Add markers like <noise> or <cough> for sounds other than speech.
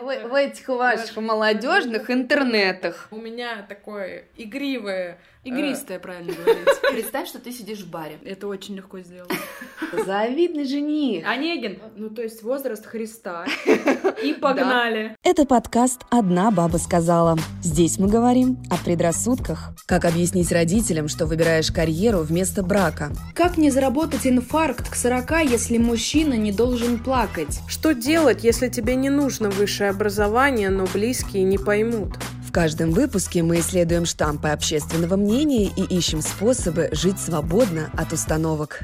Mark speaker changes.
Speaker 1: в этих ваших молодежных интернетах.
Speaker 2: У меня такое игривое... э,
Speaker 3: Игристое, правильно
Speaker 4: <laughs>
Speaker 3: говорить.
Speaker 5: Представь, что ты сидишь в баре.
Speaker 3: Это очень легко сделано.
Speaker 1: Завидный жених.
Speaker 3: <laughs> Онегин. Ну, то есть возраст Христа. И погнали.
Speaker 6: Это подкаст «Одна баба сказала». Здесь мы говорим о предрассудках. Как объяснить родителям, что выбираешь карьеру вместо брака?
Speaker 4: Как не заработать инфаркт к 40, если мужчина не должен плакать?
Speaker 7: Что делать, если тебе не нужно высшее образование, но близкие не поймут?
Speaker 6: В каждом выпуске мы исследуем штампы общественного мнения и ищем способы жить свободно от установок.